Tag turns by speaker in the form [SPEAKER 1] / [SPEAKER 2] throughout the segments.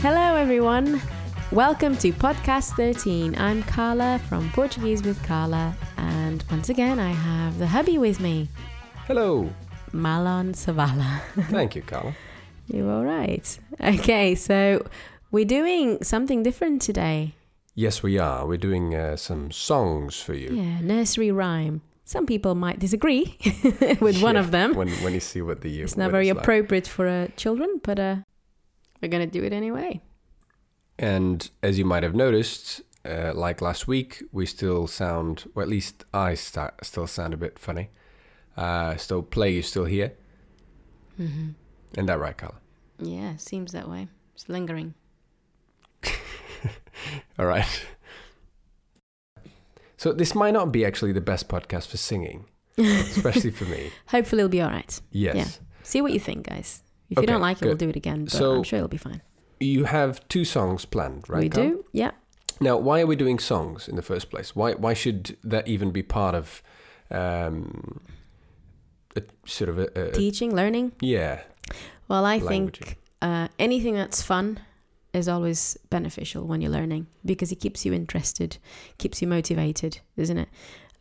[SPEAKER 1] Hello, everyone. Welcome to Podcast 13. I'm Carla from Portuguese with Carla, and once again, I have the hubby with me,
[SPEAKER 2] Hello.
[SPEAKER 1] Malon Savala.
[SPEAKER 2] Thank you, Carla.
[SPEAKER 1] you all right? Okay, so we're doing something different today.
[SPEAKER 2] Yes, we are. We're doing uh, some songs for you.
[SPEAKER 1] Yeah, nursery rhyme. Some people might disagree with one
[SPEAKER 2] Yeah,
[SPEAKER 1] of them.
[SPEAKER 2] When, when you see what the
[SPEAKER 1] It's not
[SPEAKER 2] what
[SPEAKER 1] very
[SPEAKER 2] it's like.
[SPEAKER 1] appropriate for uh, children, but uh, we're gonna do it anyway.
[SPEAKER 2] And as you might have noticed, uh, like last week, we still sound, or at least I sta still sound a bit funny. Uh, still play, you still here. Mm-hmm. Isn't that right, Carla?
[SPEAKER 1] Mm-hmm. Yeah, seems that way. It's lingering.
[SPEAKER 2] All right. So this might not be actually the best podcast for singing, especially for me.
[SPEAKER 1] Hopefully, it'll be all right.
[SPEAKER 2] Yes.
[SPEAKER 1] See what you think, guys. If you
[SPEAKER 2] Okay,
[SPEAKER 1] don't like it, we'll
[SPEAKER 2] good.
[SPEAKER 1] do it again. But
[SPEAKER 2] So-
[SPEAKER 1] I'm sure it'll be fine.
[SPEAKER 2] You have two songs planned, right?
[SPEAKER 1] we
[SPEAKER 2] Carla?
[SPEAKER 1] do, yeah.
[SPEAKER 2] Now, why are we doing songs in the first place? Why why should that even be part of um, a, sort of a, a
[SPEAKER 1] Teaching, learning.
[SPEAKER 2] yeah
[SPEAKER 1] Well, I
[SPEAKER 2] language?
[SPEAKER 1] think uh, anything that's fun is always beneficial when you're learning because it keeps you interested, keeps you motivated, doesn't it?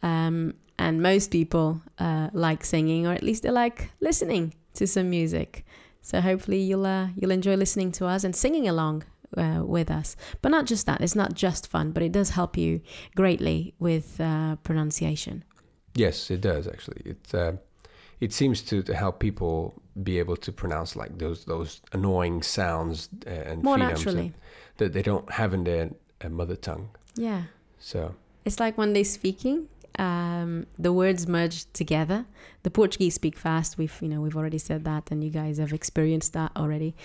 [SPEAKER 1] Um, and most people uh, like singing, or at least they like listening to some music. So hopefully you'll uh, you'll enjoy listening to us and singing along uh, with us. But not just that; it's not just fun, but it does help you greatly with uh, pronunciation.
[SPEAKER 2] Yes, it does actually. It uh, it seems to, to help people be able to pronounce like those those annoying sounds uh, and
[SPEAKER 1] More
[SPEAKER 2] phonemes
[SPEAKER 1] naturally.
[SPEAKER 2] and- that they don't have in their uh, mother tongue.
[SPEAKER 1] Yeah.
[SPEAKER 2] So
[SPEAKER 1] It's like when they're speaking, um, the words merge together. The Portuguese speak fast. We've you know we've already said that, and you guys have experienced that already.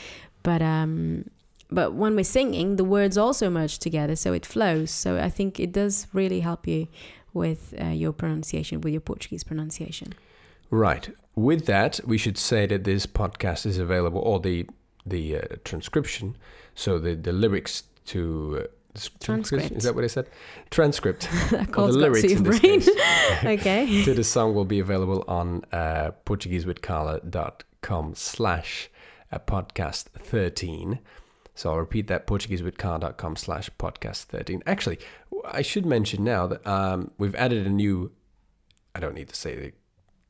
[SPEAKER 1] But um, but when we're singing, the words also merge together, so it flows. So I think it does really help you with uh, your pronunciation, with your Portuguese pronunciation.
[SPEAKER 2] Right. With that, we should say that this podcast is available, or the the uh, transcription, so the the lyrics to uh, s- transcription-
[SPEAKER 1] Transcript.
[SPEAKER 2] Is that what I said? Transcript.
[SPEAKER 1] That
[SPEAKER 2] or
[SPEAKER 1] calls
[SPEAKER 2] the
[SPEAKER 1] back
[SPEAKER 2] lyrics
[SPEAKER 1] to
[SPEAKER 2] in
[SPEAKER 1] your
[SPEAKER 2] this
[SPEAKER 1] brain.
[SPEAKER 2] case,
[SPEAKER 1] okay.
[SPEAKER 2] to the song will be available on uh, PortugueseWithCarla.com slash uh, podcast thirteen. So I'll repeat that: PortugueseWithCarla.com slash podcast thirteen. Actually, w- I should mention now that um, we've added a new. I don't need to say the,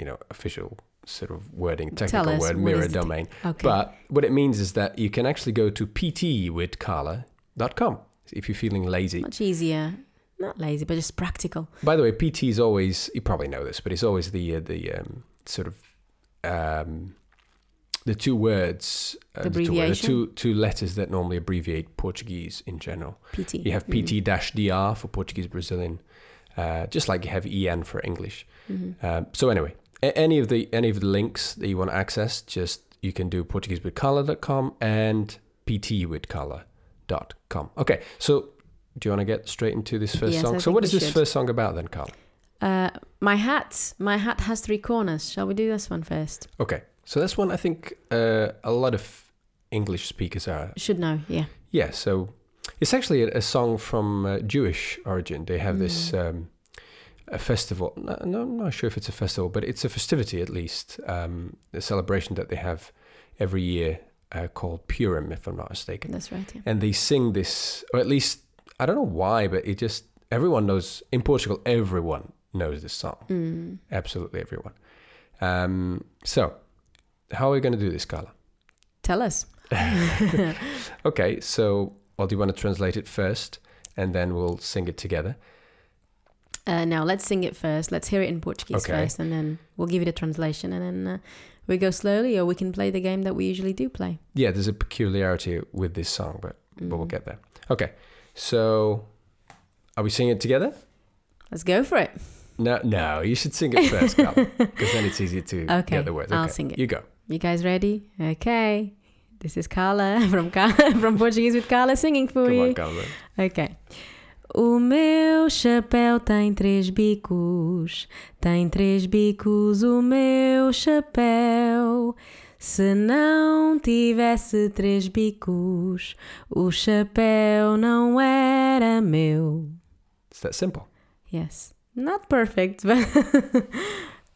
[SPEAKER 2] you know, official sort of wording, technical
[SPEAKER 1] us,
[SPEAKER 2] word,
[SPEAKER 1] what is
[SPEAKER 2] mirror
[SPEAKER 1] the tech-
[SPEAKER 2] domain.
[SPEAKER 1] Okay.
[SPEAKER 2] But what it means is that you can actually go to ptwithcarla.com if you're feeling lazy.
[SPEAKER 1] Much easier. Not lazy, but just practical.
[SPEAKER 2] By the way, PT is always you probably know this, but it's always the uh, the um, sort of um, the two words, uh, the, two, word- the
[SPEAKER 1] Abbreviation?
[SPEAKER 2] two two letters that normally abbreviate Portuguese in general.
[SPEAKER 1] PT.
[SPEAKER 2] You have PT dash DR for Portuguese Brazilian, uh, just like you have EN for English.
[SPEAKER 1] Mm-hmm.
[SPEAKER 2] Um, so anyway, a- any of the any of the links that you want to access, just you can do PortugueseWithColor.com and PTWithColor.com. Okay, so do you want to get straight into this first
[SPEAKER 1] Yes,
[SPEAKER 2] song?
[SPEAKER 1] I
[SPEAKER 2] so
[SPEAKER 1] think
[SPEAKER 2] what
[SPEAKER 1] we
[SPEAKER 2] is this
[SPEAKER 1] should.
[SPEAKER 2] first song about then, Carl?
[SPEAKER 1] Uh, my hat. My hat has three corners. Shall we do this one first?
[SPEAKER 2] Okay, so that's one I think uh, a lot of English speakers are.
[SPEAKER 1] Should know. Yeah.
[SPEAKER 2] Yeah, so it's actually a, a song from uh, Jewish origin. They have this um, a festival. No, no, I'm not sure if it's a festival, but it's a festivity at least. Um, a celebration that they have every year uh, called Purim, if I'm not mistaken.
[SPEAKER 1] That's right. Yeah.
[SPEAKER 2] And they sing this, or at least I don't know why, but it just everyone knows in Portugal. Everyone knows this song.
[SPEAKER 1] Mm.
[SPEAKER 2] Absolutely everyone. Um, so, how are we going to do this, Carla?
[SPEAKER 1] Tell us. Uh,
[SPEAKER 2] Okay, so, well, do you want to translate it first and then we'll sing it together?
[SPEAKER 1] Uh, now let's sing it first. Let's hear it in Portuguese
[SPEAKER 2] Okay.
[SPEAKER 1] first, and then we'll give it a translation, and then uh, we go slowly, or we can play the game that we usually do play. Mm.
[SPEAKER 2] Yeah, there's a peculiarity with this song, but, but
[SPEAKER 1] Mm-hmm.
[SPEAKER 2] we'll get there. Okay, so, are we singing it together?
[SPEAKER 1] Let's go for it.
[SPEAKER 2] No, no, you should sing it first, Carla, because then it's easier to
[SPEAKER 1] Okay,
[SPEAKER 2] get the words.
[SPEAKER 1] I'll sing it.
[SPEAKER 2] You go.
[SPEAKER 1] You guys ready? Okay. This is Carla from Carla, from Portuguese with Carla singing for
[SPEAKER 2] Come
[SPEAKER 1] you.
[SPEAKER 2] on, Carla.
[SPEAKER 1] Ok. O meu chapéu tem três bicos, tem três bicos o meu chapéu. Se não tivesse três bicos, o chapéu não era meu.
[SPEAKER 2] It's that simple.
[SPEAKER 1] Yes. Not perfect, but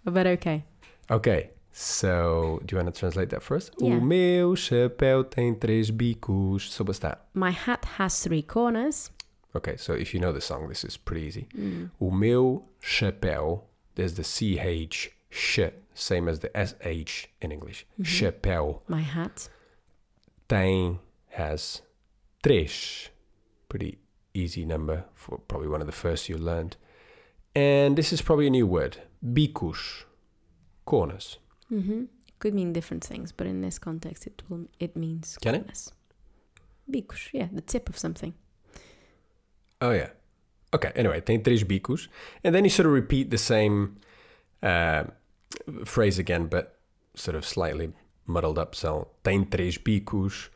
[SPEAKER 1] but okay.
[SPEAKER 2] Okay. So, do you want to translate that first?
[SPEAKER 1] Yeah.
[SPEAKER 2] O meu chapéu tem três bicos. So, what's that?
[SPEAKER 1] My hat has three corners.
[SPEAKER 2] Okay, so if you know the song, this is pretty easy. O meu chapéu, there's the CH, sh, same as the SH in English. Chapéu
[SPEAKER 1] My hat.
[SPEAKER 2] tem has três. Pretty easy number for probably one of the first you learned. And this is probably a new word. Bicos, corners.
[SPEAKER 1] hmm Could mean different things, but in this context, it will it means
[SPEAKER 2] Can it?
[SPEAKER 1] corners. Bicos, yeah, the tip of something.
[SPEAKER 2] Oh yeah. Okay. Anyway, tem três bicos, and then you sort of repeat the same uh, phrase again, but sort of slightly muddled up. So tem três bicos,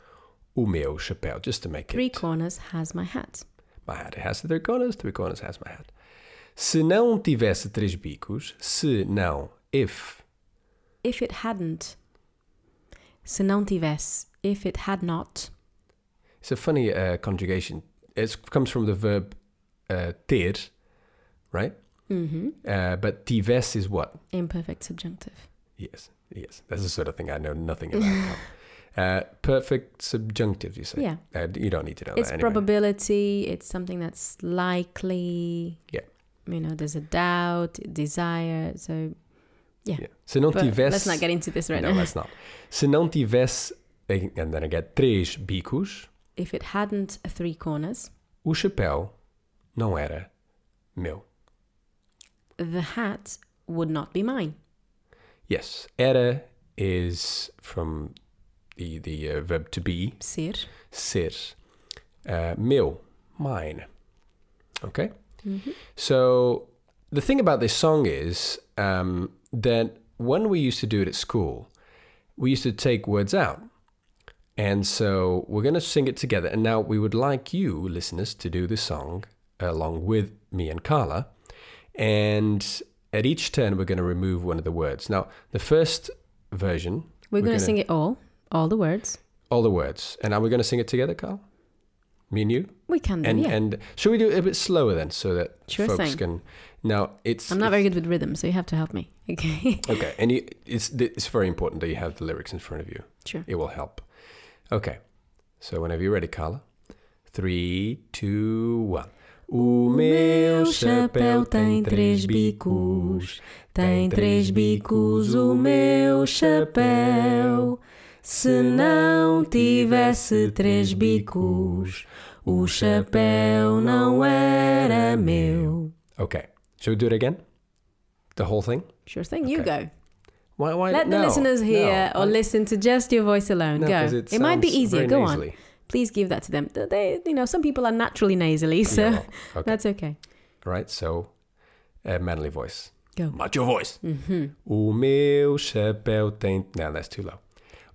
[SPEAKER 2] o meu chapéu, just to make
[SPEAKER 1] Three
[SPEAKER 2] it.
[SPEAKER 1] corners has my hat.
[SPEAKER 2] My hat has three corners. Three corners has my hat. Se não tivesse três bicos, se não, if
[SPEAKER 1] If it hadn't, se não tivesse, if it had not,
[SPEAKER 2] it's a funny uh, conjugation. It comes from the verb uh, ter, right?
[SPEAKER 1] hmm
[SPEAKER 2] Uh, but tivesse is what?
[SPEAKER 1] imperfect subjunctive.
[SPEAKER 2] Yes, yes. That's the sort of thing I know nothing about. Tom. uh, perfect subjunctive, you say?
[SPEAKER 1] Yeah.
[SPEAKER 2] Uh, you don't need to know
[SPEAKER 1] it's
[SPEAKER 2] that anyway.
[SPEAKER 1] probability, it's something that's likely.
[SPEAKER 2] Yeah.
[SPEAKER 1] You know, there's a doubt, desire. So
[SPEAKER 2] yeah. Se não
[SPEAKER 1] but
[SPEAKER 2] tivesse...
[SPEAKER 1] let's not get into this right
[SPEAKER 2] No,
[SPEAKER 1] now.
[SPEAKER 2] let's not. Se não tivesse... And then I get três bicos,
[SPEAKER 1] If it hadn't three corners,
[SPEAKER 2] o chapéu não era meu.
[SPEAKER 1] the hat would not be mine.
[SPEAKER 2] Yes, era is from the, the uh, verb to be,
[SPEAKER 1] Ser.
[SPEAKER 2] ser. Uh, meu, mine. Okay? Mm-hmm. So the thing about this song is um, that when we used to do it at school, we used to take words out. And so we're going to sing it together. And now we would like you, listeners, to do this song along with me and Carla. And at each turn, we're going to remove one of the words. Now, the first version,
[SPEAKER 1] We're, going
[SPEAKER 2] gonna-
[SPEAKER 1] to sing it all, all the words.
[SPEAKER 2] all the words. And are we going to sing it together, Carl? Me and you?
[SPEAKER 1] We can do,
[SPEAKER 2] And
[SPEAKER 1] yeah.
[SPEAKER 2] and should we do it a bit slower then, so that
[SPEAKER 1] Sure
[SPEAKER 2] folks
[SPEAKER 1] thing.
[SPEAKER 2] can? Now it's
[SPEAKER 1] I'm not very good with rhythm, so you have to help me. Okay.
[SPEAKER 2] okay, and you, it's it's very important that you have the lyrics in front of you.
[SPEAKER 1] sure.
[SPEAKER 2] It will help. Okay, so whenever you're ready, Carla. Three, two, one. O meu chapéu tem três bicos,
[SPEAKER 1] Tem três bicos o meu chapéu. Se não tivesse três bicos, o chapéu não era meu.
[SPEAKER 2] Okay, should we do it again? The whole thing?
[SPEAKER 1] Sure thing, you go.
[SPEAKER 2] Why? Why?
[SPEAKER 1] Let the
[SPEAKER 2] Uh, no,
[SPEAKER 1] listeners hear
[SPEAKER 2] no,
[SPEAKER 1] or
[SPEAKER 2] I-
[SPEAKER 1] listen to just your voice alone.
[SPEAKER 2] no,
[SPEAKER 1] go.
[SPEAKER 2] 'cause
[SPEAKER 1] It, might be
[SPEAKER 2] sounds
[SPEAKER 1] easier.
[SPEAKER 2] very
[SPEAKER 1] Go on.
[SPEAKER 2] nasally.
[SPEAKER 1] Please give that to them. They, you know, some people are naturally nasally, so
[SPEAKER 2] Yeah, well, okay.
[SPEAKER 1] that's okay.
[SPEAKER 2] Right, so a manly voice.
[SPEAKER 1] Go.
[SPEAKER 2] Macho voice. O meu chapéu tem. Não, that's too low.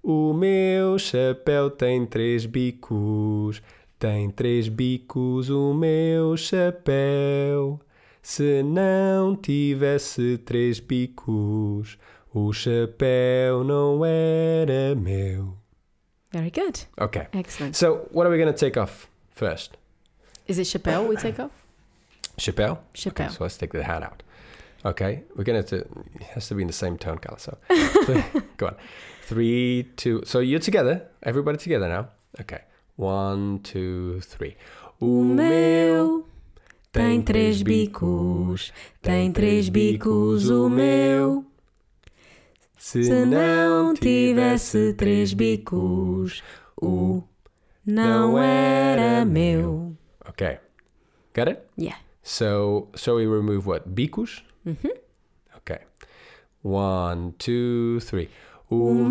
[SPEAKER 2] O meu chapéu tem três bicos. Tem três bicos o meu chapéu. Se não tivesse três bicos, o chapéu não era meu.
[SPEAKER 1] Very good.
[SPEAKER 2] Okay.
[SPEAKER 1] Excellent.
[SPEAKER 2] So, what are we going to take off first?
[SPEAKER 1] Is it Chappelle we take off?
[SPEAKER 2] Chappelle?
[SPEAKER 1] Chappelle.
[SPEAKER 2] Okay, Ah, so let's take the hat out. Okay, we're gonna have to. It has to be in the same tone color. So, go on. Three, two. So you're together. Everybody together now. Okay. One, two, three. O
[SPEAKER 1] meu
[SPEAKER 2] tem três bicos, tem três bicos o meu.
[SPEAKER 1] Se não tivesse três bicos, o não era meu.
[SPEAKER 2] Okay. Got it.
[SPEAKER 1] Yeah.
[SPEAKER 2] So, so we remove what? Bicos?
[SPEAKER 1] Mhm.
[SPEAKER 2] Okay. One, two, three. O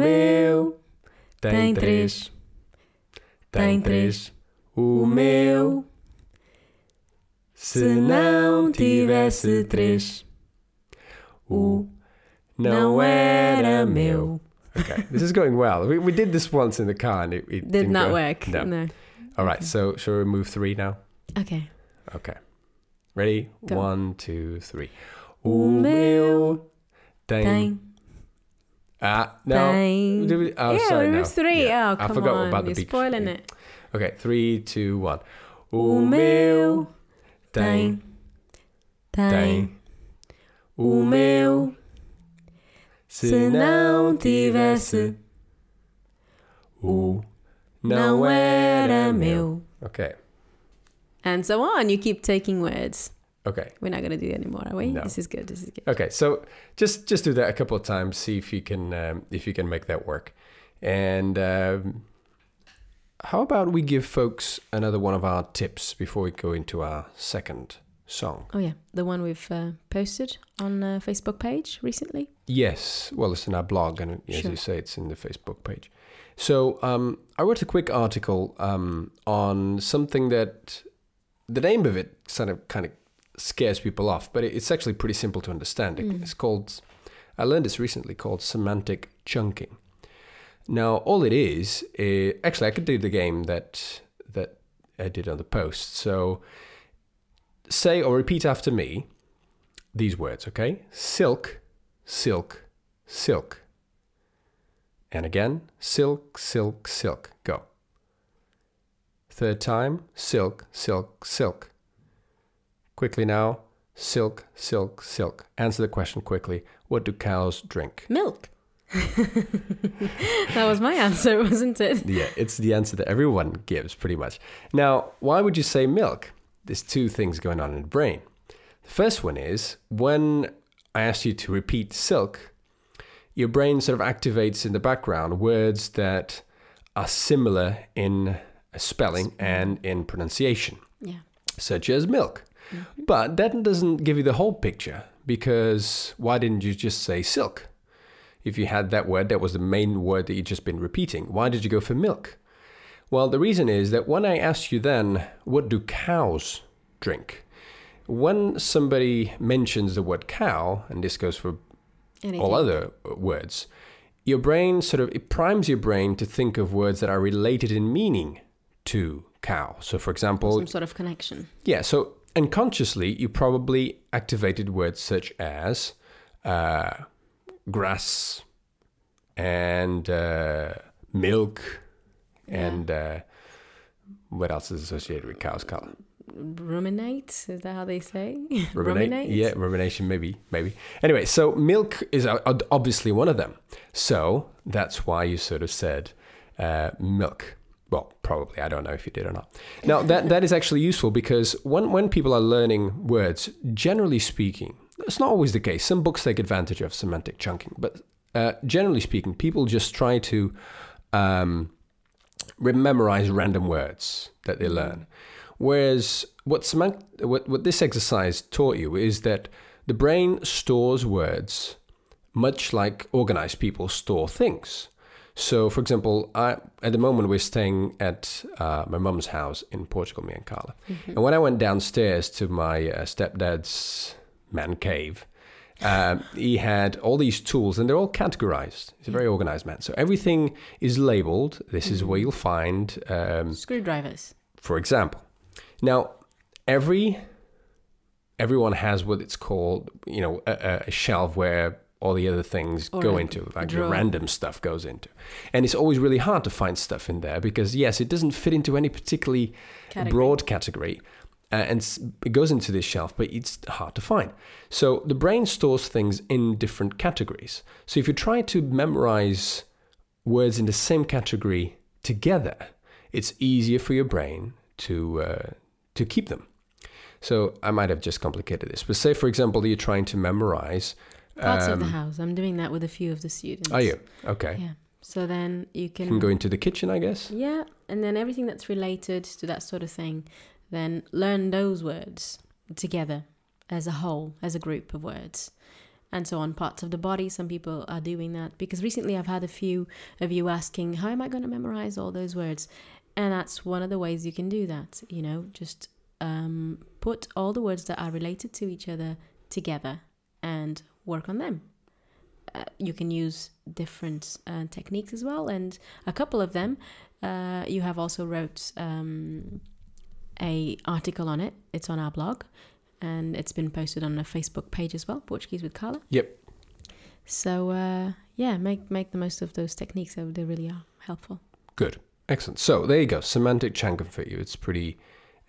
[SPEAKER 1] tem três, tem três.
[SPEAKER 2] O
[SPEAKER 1] O meu,
[SPEAKER 2] Se não
[SPEAKER 1] tivesse três,
[SPEAKER 2] o
[SPEAKER 1] não era meu.
[SPEAKER 2] Okay, this is going well. We, we did this once in the car and it, it
[SPEAKER 1] Did
[SPEAKER 2] didn't
[SPEAKER 1] not
[SPEAKER 2] go-
[SPEAKER 1] work.
[SPEAKER 2] No.
[SPEAKER 1] No.
[SPEAKER 2] All right, so shall we remove three now?
[SPEAKER 1] Okay.
[SPEAKER 2] Okay. Ready?
[SPEAKER 1] Go.
[SPEAKER 2] One, two, three.
[SPEAKER 1] O
[SPEAKER 2] O
[SPEAKER 1] meu
[SPEAKER 2] meu tem.
[SPEAKER 1] Tem.
[SPEAKER 2] Ah, no.
[SPEAKER 1] Tem.
[SPEAKER 2] Did we- oh,
[SPEAKER 1] yeah,
[SPEAKER 2] sorry,
[SPEAKER 1] it
[SPEAKER 2] no.
[SPEAKER 1] was three.
[SPEAKER 2] Yeah.
[SPEAKER 1] Oh,
[SPEAKER 2] I
[SPEAKER 1] come
[SPEAKER 2] forgot
[SPEAKER 1] on.
[SPEAKER 2] about the
[SPEAKER 1] You're
[SPEAKER 2] beach
[SPEAKER 1] spoiling
[SPEAKER 2] thing.
[SPEAKER 1] it.
[SPEAKER 2] Okay, three, two, one.
[SPEAKER 1] O meu
[SPEAKER 2] tem, tem.
[SPEAKER 1] O meu,
[SPEAKER 2] se não tivesse, o não era meu. Okay,
[SPEAKER 1] And so on. You keep taking words.
[SPEAKER 2] okay,
[SPEAKER 1] We're not going to do that anymore, are we?
[SPEAKER 2] No.
[SPEAKER 1] This is good. This is good.
[SPEAKER 2] okay. So just just do that a couple of times. See if you can um, if you can make that work. And um, how about we give folks another one of our tips before we go into our second song?
[SPEAKER 1] Oh, yeah. The one we've uh, posted on uh, Facebook page recently.
[SPEAKER 2] Yes. Well, it's in our blog, and as
[SPEAKER 1] Sure.
[SPEAKER 2] you say, it's in the Facebook page. So um, I wrote a quick article um, on something that the name of it kind of kind of scares people off, but it- it's actually pretty simple to understand. It- It's called I learned this recently called semantic chunking. Now, all it is, eh, actually, I could do the game that that I did on the post. So, say or repeat after me these words, okay? Silk, silk, silk. And again, silk, silk, silk. Go. Third time, silk, silk, silk. Quickly now, silk, silk, silk. Answer the question quickly. What do cows drink?
[SPEAKER 1] Milk. that was my answer, wasn't it?
[SPEAKER 2] yeah, it's the answer that everyone gives pretty much. Now, why would you say milk? There's two things going on in the brain. The first one is when I asked you to repeat silk, your brain sort of activates in the background words that are similar in spelling and in pronunciation
[SPEAKER 1] Yeah.
[SPEAKER 2] such as milk. But that doesn't give you the whole picture because why didn't you just say silk? If you had that word, that was the main word that you'd just been repeating. Why did you go for milk? Well, the reason is that when I asked you then, what do cows drink? When somebody mentions the word cow, and this goes for
[SPEAKER 1] Anything.
[SPEAKER 2] all other words, your brain sort of it primes your brain to think of words that are related in meaning to cow. So, for example,
[SPEAKER 1] Some sort of connection.
[SPEAKER 2] yeah, so unconsciously, you probably activated words such as uh, grass and uh, milk and uh, what else is associated with cow's color?
[SPEAKER 1] Ruminate? Is that how they say?
[SPEAKER 2] Yeah, rumination, maybe, maybe. Anyway, so milk is o- o- obviously one of them. So that's why you sort of said uh, milk. Well, probably. I don't know if you did or not. Now, that, that is actually useful because when, when people are learning words, generally speaking, it's not always the case. Some books take advantage of semantic chunking, but uh, generally speaking, people just try to um, re- memorize random words that they learn. Whereas what, semant- what, what this exercise taught you is that the brain stores words much like organized people store things. So, for example, I, at the moment we're staying at uh, my mum's house in Portugal, me and Carla. And when I went downstairs to my uh, stepdad's man cave, um, he had all these tools and they're all categorized. He's a very organized man. So everything is labeled. This is where you'll find um,
[SPEAKER 1] Screwdrivers.
[SPEAKER 2] for example. Now, every everyone has what it's called, you know, a, a shelf where all the other things
[SPEAKER 1] Or
[SPEAKER 2] go
[SPEAKER 1] a
[SPEAKER 2] into, like
[SPEAKER 1] drawer.
[SPEAKER 2] your random stuff goes into, and it's always really hard to find stuff in there because yes, it doesn't fit into any particularly
[SPEAKER 1] Category.
[SPEAKER 2] broad category. Uh, and s- it goes into this shelf, but it's hard to find. So the brain stores things in different categories. So if you try to memorize words in the same category together, it's easier for your brain to uh, to keep them. So I might have just complicated this, but say for example you're trying to memorize.
[SPEAKER 1] Parts of the
[SPEAKER 2] um,
[SPEAKER 1] house. I'm doing that with a few of the students.
[SPEAKER 2] Are you okay?
[SPEAKER 1] Yeah. So then you
[SPEAKER 2] You
[SPEAKER 1] can.
[SPEAKER 2] can go into the kitchen, I guess.
[SPEAKER 1] Yeah. And then everything that's related to that sort of thing, then learn those words together as a whole, as a group of words. And so on parts of the body, some people are doing that because recently I've had a few of you asking, How am I going to memorize all those words? And that's one of the ways you can do that, you know, just um, put all the words that are related to each other together and work on them. Uh, you can use different uh, techniques as well, and a couple of them uh, you have also wrote um, a article on it. It's on our blog, and it's been posted on a Facebook page as well, Portuguese with Carla.
[SPEAKER 2] Yep.
[SPEAKER 1] So uh, yeah, make make the most of those techniques. They they really are helpful.
[SPEAKER 2] Good. Excellent. So there you go. Semantic chunking for you. It's pretty,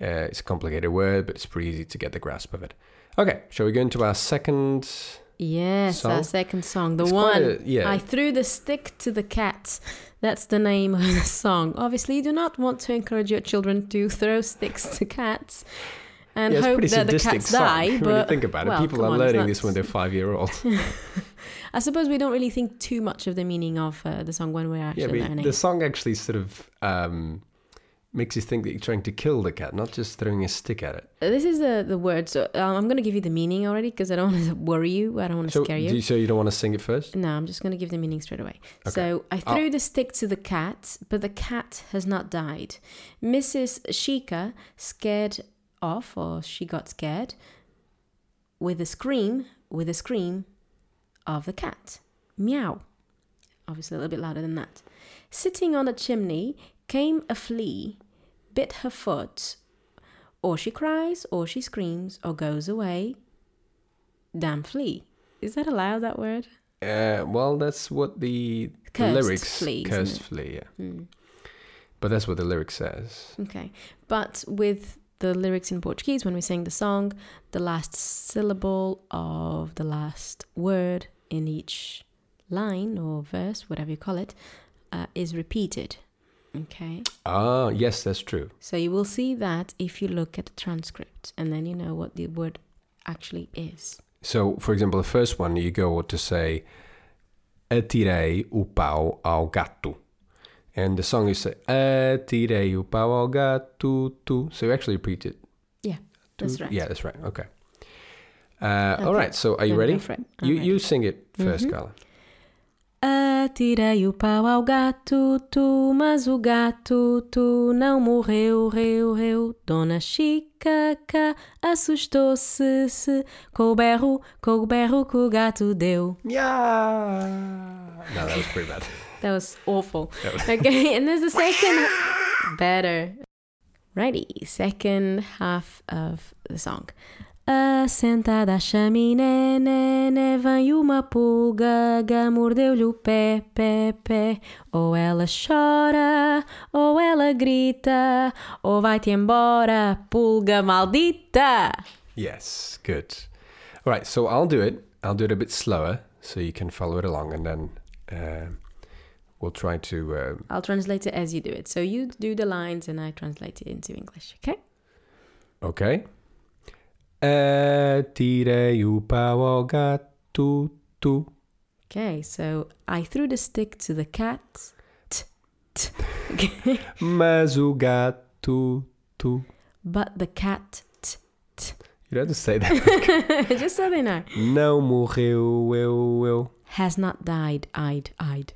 [SPEAKER 2] uh, it's a complicated word, but it's pretty easy to get the grasp of it. Okay. Shall we go into our second?
[SPEAKER 1] Yes,
[SPEAKER 2] Song?
[SPEAKER 1] our second song, the
[SPEAKER 2] It's quite
[SPEAKER 1] one.
[SPEAKER 2] a- yeah.
[SPEAKER 1] I threw the stick to the cat. That's the name of the song. Obviously, you do not want to encourage your children to throw sticks to cats and
[SPEAKER 2] yeah, it's
[SPEAKER 1] hope
[SPEAKER 2] pretty
[SPEAKER 1] that the
[SPEAKER 2] sadistic
[SPEAKER 1] cats
[SPEAKER 2] song
[SPEAKER 1] die.
[SPEAKER 2] when you
[SPEAKER 1] But
[SPEAKER 2] think about it.
[SPEAKER 1] well,
[SPEAKER 2] People
[SPEAKER 1] come
[SPEAKER 2] are
[SPEAKER 1] on, it's
[SPEAKER 2] learning
[SPEAKER 1] not-
[SPEAKER 2] this when they're five year olds.
[SPEAKER 1] I suppose we don't really think too much of the meaning of uh, the song when we're
[SPEAKER 2] yeah,
[SPEAKER 1] actually
[SPEAKER 2] but
[SPEAKER 1] learning.
[SPEAKER 2] the song actually sort of um, makes you think that you're trying to kill the cat, not just throwing a stick at it.
[SPEAKER 1] Uh, This is the the word. So uh, I'm going to give you the meaning already because I don't want to worry you. I don't want to
[SPEAKER 2] So,
[SPEAKER 1] scare
[SPEAKER 2] do you, so you don't want to sing it first?
[SPEAKER 1] No, I'm just going to give the meaning straight away. So I threw the stick to the cat, but the cat has not died. Mrs. Shika scared off, or she got scared, with a scream, with a scream of the cat. Meow. Obviously, a little bit louder than that. Sitting on a chimney came a flea, bit her foot, or she cries, or she screams, or goes away. Damn flea. Is that allowed, that word?
[SPEAKER 2] Uh, well, that's what the, the
[SPEAKER 1] Cursed
[SPEAKER 2] lyrics
[SPEAKER 1] flea, isn't
[SPEAKER 2] cursed
[SPEAKER 1] it?
[SPEAKER 2] flea. Yeah. But that's what the lyric says.
[SPEAKER 1] Okay. But with the lyrics in Portuguese, when we sing the song, the last syllable of the last word in each line or verse, whatever you call it, uh, is repeated. Okay.
[SPEAKER 2] Ah, yes, that's true.
[SPEAKER 1] So you will see that if you look at the transcript and then you know what the word actually is.
[SPEAKER 2] So, for example, the first one you go to say atirei o pau ao gato. And the song you say atirei o pau ao gato tu. So you actually repeat it.
[SPEAKER 1] Yeah.
[SPEAKER 2] Tu-
[SPEAKER 1] That's right.
[SPEAKER 2] Mm, Yeah, that's right. Okay. Uh, All right. So are
[SPEAKER 1] Then
[SPEAKER 2] you
[SPEAKER 1] go
[SPEAKER 2] ready?
[SPEAKER 1] for it. I'm
[SPEAKER 2] You
[SPEAKER 1] ready. Mm-hmm.
[SPEAKER 2] you sing it 1st Carla.
[SPEAKER 1] Atirei o pau ao gato, tu, mas o gato, tu não morreu, reu, reu. Dona Chica cá assustou-se, se, com o berro, com o berro que o gato deu.
[SPEAKER 2] Yeah. No, that was pretty bad.
[SPEAKER 1] That was awful. okay, and there's the second. Better. Righty, second half of the song. Assentada à chaminé, né, né, vem uma pulga, ga, mordeu-lhe o pé, pé, pé. Ou ela chora, ou ela grita, ou vai-te embora, pulga maldita.
[SPEAKER 2] Yes, good. All right, so I'll do it. I'll do it a bit slower so you can follow it along, and then uh, we'll try to. Uh,
[SPEAKER 1] I'll translate it as you do it. So you do the lines and I translate it into English, okay?
[SPEAKER 2] okay. E Atirei o pau ao gato, tu.
[SPEAKER 1] Okay, so I threw the stick to the cat.
[SPEAKER 2] Mas o gato, tu.
[SPEAKER 1] But the cat, t-
[SPEAKER 2] You don't have to say that.
[SPEAKER 1] just so they know,
[SPEAKER 2] Não morreu, eu, eu.
[SPEAKER 1] has not died, eyed, eyed.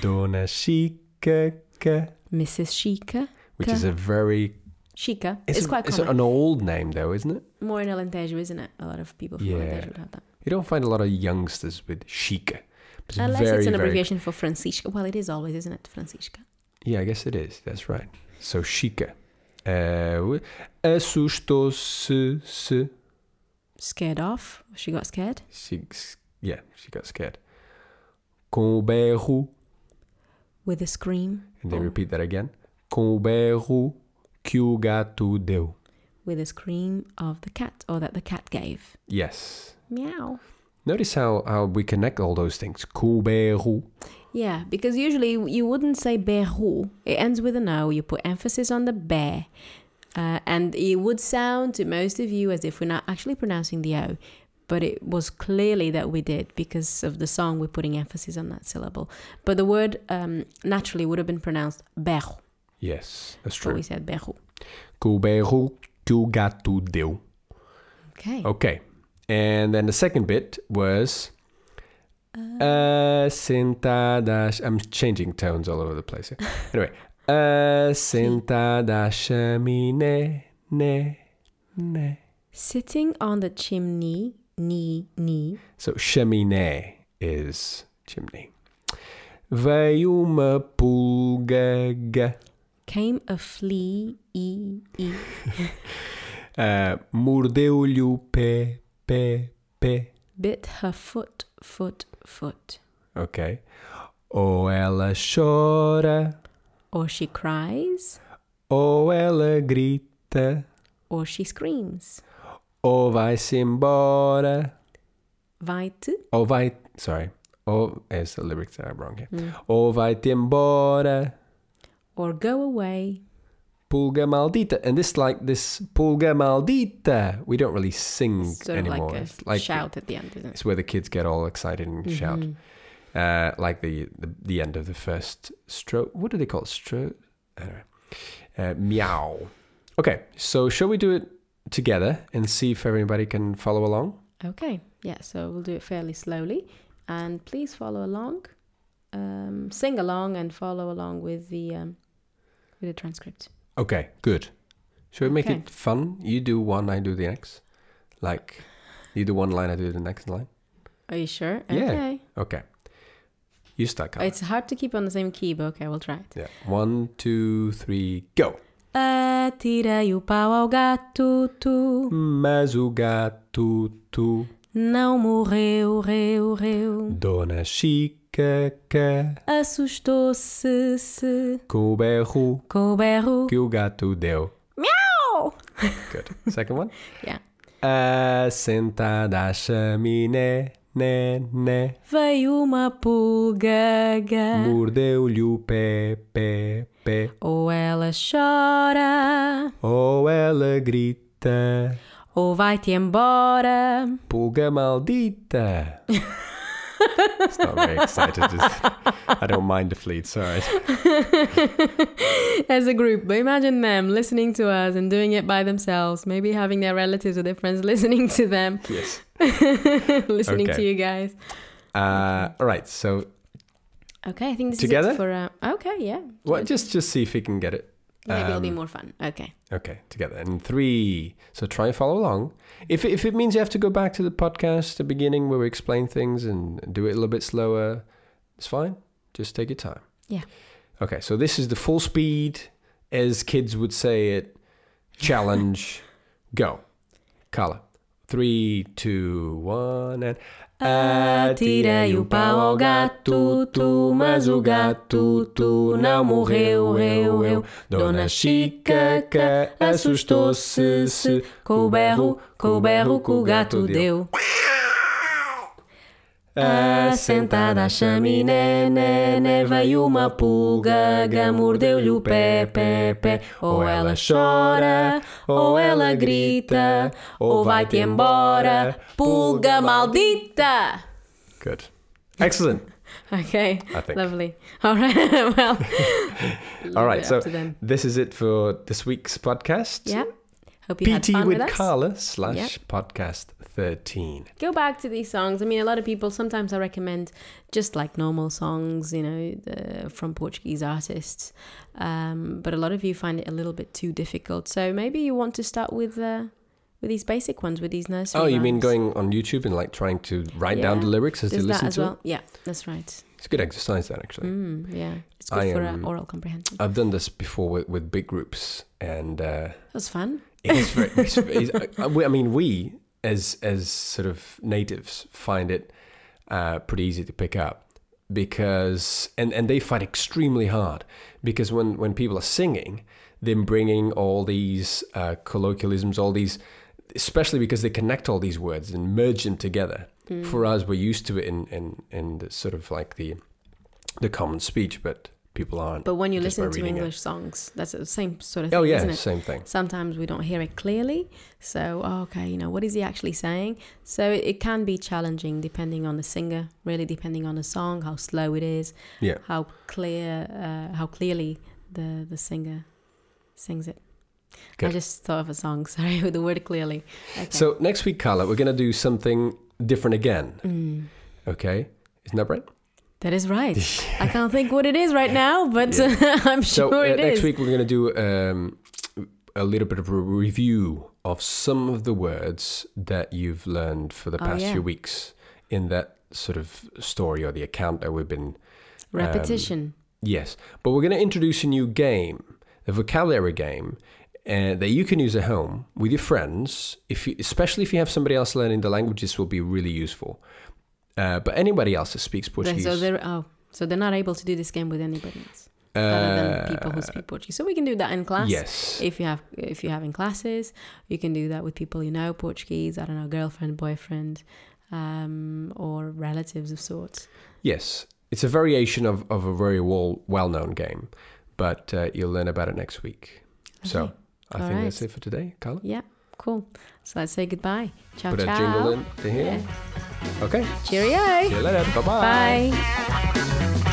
[SPEAKER 2] Dona Chica, ca.
[SPEAKER 1] Mrs. Chica,
[SPEAKER 2] which is a very.
[SPEAKER 1] Chica, it's,
[SPEAKER 2] a-
[SPEAKER 1] quite
[SPEAKER 2] it's
[SPEAKER 1] common.
[SPEAKER 2] an old name, though, isn't it?
[SPEAKER 1] More in Alentejo, isn't it? A lot of people from
[SPEAKER 2] Yeah.
[SPEAKER 1] Alentejo would have that.
[SPEAKER 2] You don't find a lot of youngsters with Chica. But It's
[SPEAKER 1] Unless
[SPEAKER 2] very,
[SPEAKER 1] it's an
[SPEAKER 2] very
[SPEAKER 1] abbreviation for Francisca. Well, it is always, isn't it? Francisca.
[SPEAKER 2] Yeah, I guess it is. That's right. So chica. Uh, w- assustou-se. se-
[SPEAKER 1] Scared off. She got scared.
[SPEAKER 2] She, s- yeah, she got scared. Com o berro.
[SPEAKER 1] With a scream.
[SPEAKER 2] And they
[SPEAKER 1] Oh.
[SPEAKER 2] repeat that again. Com o berro que o gato deu.
[SPEAKER 1] With a scream of the cat, or that the cat gave.
[SPEAKER 2] Yes.
[SPEAKER 1] Meow.
[SPEAKER 2] Notice how, how we connect all those things. Com o berro.
[SPEAKER 1] Yeah, because usually you wouldn't say berro. It ends with an O. You put emphasis on the bear. Uh, and it would sound to most of you as if we're not actually pronouncing the O. But it was clearly that we did because of the song, we're putting emphasis on that syllable. But the word um, naturally would have been pronounced berro.
[SPEAKER 2] Yes, that's
[SPEAKER 1] But we
[SPEAKER 2] true.
[SPEAKER 1] said berro.
[SPEAKER 2] Com o berro que o gato deu.
[SPEAKER 1] Okay.
[SPEAKER 2] Okay. And then the second bit was assentadas. I'm changing tones all over the place. Here. Anyway, assentada à chaminé, né, né.
[SPEAKER 1] Sitting on the chimney, knee, knee.
[SPEAKER 2] So chaminé is chimney. Veio uma pulga,
[SPEAKER 1] Came a flea, e, e.
[SPEAKER 2] Uh, Mordeu-lhe o pé, pé, pé.
[SPEAKER 1] Bit her foot, foot, foot.
[SPEAKER 2] Ok. Ou ela chora,
[SPEAKER 1] Or she cries,
[SPEAKER 2] ou ela grita,
[SPEAKER 1] or she screams.
[SPEAKER 2] ou vai-se embora,
[SPEAKER 1] Vai-te,
[SPEAKER 2] ou vai. Sorry. Ou. As the lyrics are wrong here.
[SPEAKER 1] Hmm.
[SPEAKER 2] Ou vai-te embora.
[SPEAKER 1] or go away.
[SPEAKER 2] Pulga maldita, and this like this pulga maldita. We don't really sing
[SPEAKER 1] Sort of
[SPEAKER 2] Mm, anymore.
[SPEAKER 1] like a
[SPEAKER 2] It's like
[SPEAKER 1] shout Mm-hmm. at the end, isn't it?
[SPEAKER 2] It's where the kids get all excited and shout, uh, like the, the the end of the first stroke. What do they call it? Stroke? I don't know. Uh, meow. Okay, so shall we do it together and see if everybody can follow along?
[SPEAKER 1] Okay, yeah, so we'll do it fairly slowly. And please follow along, um, sing along, and follow along with the, um, with the transcript.
[SPEAKER 2] Okay, good. Shall we make
[SPEAKER 1] Okay.
[SPEAKER 2] it fun? You do one, I do the next. Like, you do one line, I do the next line.
[SPEAKER 1] Are you sure?
[SPEAKER 2] Yeah.
[SPEAKER 1] Okay.
[SPEAKER 2] Okay. You start, Carla.
[SPEAKER 1] It's hard to keep on the same key, but okay, we'll try it.
[SPEAKER 2] Yeah. One, two, three, go.
[SPEAKER 1] Atirei o pau ao gato, tu
[SPEAKER 2] Mas o gato, tu.
[SPEAKER 1] não morreu, reu, reu.
[SPEAKER 2] Dona Chica que
[SPEAKER 1] Assustou-se, se,
[SPEAKER 2] com o berro
[SPEAKER 1] com o berro.
[SPEAKER 2] que o gato deu.
[SPEAKER 1] Miau!
[SPEAKER 2] Good. Second one.
[SPEAKER 1] Yeah.
[SPEAKER 2] Assentada à chaminé, né, né,
[SPEAKER 1] Veio uma pulga, ga.
[SPEAKER 2] mordeu-lhe o pé, pé, pé.
[SPEAKER 1] ou ela chora,
[SPEAKER 2] Ou ela grita,
[SPEAKER 1] ou vai-te embora.
[SPEAKER 2] pulga maldita. It's not very excited. is it? I don't mind the fleet, sorry.
[SPEAKER 1] As a group, but imagine them listening to us and doing it by themselves, maybe having their relatives or their friends listening to them,
[SPEAKER 2] Yes.
[SPEAKER 1] listening to
[SPEAKER 2] Okay.
[SPEAKER 1] you guys.
[SPEAKER 2] Uh, all right, so
[SPEAKER 1] Okay, I think this
[SPEAKER 2] Together?
[SPEAKER 1] is it for. Uh, okay, yeah.
[SPEAKER 2] well, just just see if you can get it.
[SPEAKER 1] Maybe it'll be
[SPEAKER 2] Um,
[SPEAKER 1] more fun. Okay.
[SPEAKER 2] Okay, together. And three. So try and follow along. If, if it means you have to go back to the podcast, the beginning where we explain things and do it a little bit slower, it's fine. Just take your time.
[SPEAKER 1] Yeah.
[SPEAKER 2] Okay, so this is the full speed, as kids would say it, challenge. go. Carla. Three, two, one, and.
[SPEAKER 1] Atirei o pau ao gato, tu, mas o gato, tu, não morreu, eu, eu. Dona Chica, que assustou-se, se, com o berro, com o berro que o gato deu. Assentada à chaminé, né, né, veio e uma pulga, ga, mordeu-lhe o pé, pé, pé. Ou ela chora, ou ela grita, ou vai-te embora, pulga maldita!
[SPEAKER 2] Good. Excellent.
[SPEAKER 1] Okay,
[SPEAKER 2] I think.
[SPEAKER 1] lovely. All right, well, leave
[SPEAKER 2] All right,
[SPEAKER 1] it
[SPEAKER 2] so
[SPEAKER 1] up to them.
[SPEAKER 2] this is it for this week's podcast.
[SPEAKER 1] yeah, hope you had
[SPEAKER 2] PT
[SPEAKER 1] fun with,
[SPEAKER 2] with
[SPEAKER 1] us.
[SPEAKER 2] Carla slash podcast 13.
[SPEAKER 1] go back to these songs. I mean, a lot of people sometimes I recommend just like normal songs, you know, the, from Portuguese artists, um, but a lot of you find it a little bit too difficult. So maybe you want to start with uh, with these basic ones, with these nursery.
[SPEAKER 2] Oh, you mean
[SPEAKER 1] rhymes.
[SPEAKER 2] going on YouTube and like trying to write down
[SPEAKER 1] Yeah.
[SPEAKER 2] the lyrics as
[SPEAKER 1] There's
[SPEAKER 2] you
[SPEAKER 1] that
[SPEAKER 2] listen
[SPEAKER 1] as
[SPEAKER 2] to
[SPEAKER 1] well.
[SPEAKER 2] it?
[SPEAKER 1] Yeah, that's right.
[SPEAKER 2] It's a good exercise, that actually.
[SPEAKER 1] Mm, yeah, it's good
[SPEAKER 2] I
[SPEAKER 1] for
[SPEAKER 2] am-
[SPEAKER 1] uh, oral comprehension.
[SPEAKER 2] I've done this before with, with big groups, and uh,
[SPEAKER 1] That was fun.
[SPEAKER 2] it is very. it's, it's, I, we- I mean, we as as sort of natives find it uh, pretty easy to pick up because and and they fight extremely hard because when when people are singing, then bringing all these uh, colloquialisms, all these, especially because they connect all these words and merge them together.
[SPEAKER 1] Mm.
[SPEAKER 2] For us, we're used to it in in in the sort of like the the common speech, but people aren't.
[SPEAKER 1] But when you
[SPEAKER 2] Just by
[SPEAKER 1] listen to
[SPEAKER 2] reading it.
[SPEAKER 1] English songs, that's the same sort of thing,
[SPEAKER 2] oh
[SPEAKER 1] isn't
[SPEAKER 2] yeah,
[SPEAKER 1] it?
[SPEAKER 2] same thing.
[SPEAKER 1] sometimes we don't hear it clearly so oh, okay you know what is he actually saying so it, it can be challenging depending on the singer really depending on the song how slow it is
[SPEAKER 2] Yeah.
[SPEAKER 1] how clear uh, how clearly the the singer sings it i
[SPEAKER 2] Good.
[SPEAKER 1] just thought of a song sorry with the word clearly okay.
[SPEAKER 2] So next week, Carla, we're going to do something different again.
[SPEAKER 1] Mm,
[SPEAKER 2] Okay. Isn't that right?
[SPEAKER 1] that is right i can't think what it is right now but i'm
[SPEAKER 2] So
[SPEAKER 1] sure
[SPEAKER 2] uh,
[SPEAKER 1] it
[SPEAKER 2] next
[SPEAKER 1] is
[SPEAKER 2] week, we're going to do um, a little bit of a review of some of the words that you've learned for the
[SPEAKER 1] Oh,
[SPEAKER 2] past
[SPEAKER 1] yeah.
[SPEAKER 2] few weeks in that sort of story or the account that we've been. um,
[SPEAKER 1] repetition
[SPEAKER 2] Yes. But we're going to introduce a new game, a vocabulary game. uh, that you can use at home with your friends, if you, especially if you have somebody else learning the language, this will be really useful. Uh, but anybody else that speaks Portuguese,
[SPEAKER 1] So they're oh, so they're not able to do this game with anybody else
[SPEAKER 2] uh,
[SPEAKER 1] other than people who speak Portuguese. So we can do that in class.
[SPEAKER 2] yes,
[SPEAKER 1] If you have if you're having classes, you can do that with people you know Portuguese. I don't know, girlfriend, boyfriend, um, or relatives of sorts.
[SPEAKER 2] yes, it's a variation of, of a very well well known game, but uh, you'll learn about it next week. So
[SPEAKER 1] Lovely.
[SPEAKER 2] I
[SPEAKER 1] All
[SPEAKER 2] think
[SPEAKER 1] right.
[SPEAKER 2] that's it for today, Carla.
[SPEAKER 1] Yeah, cool. So let's say goodbye. Ciao,
[SPEAKER 2] Put a
[SPEAKER 1] ciao.
[SPEAKER 2] jingle in to here.
[SPEAKER 1] Yeah.
[SPEAKER 2] Okay,
[SPEAKER 1] Cheerio.
[SPEAKER 2] see you later. Bye-bye.
[SPEAKER 1] Bye.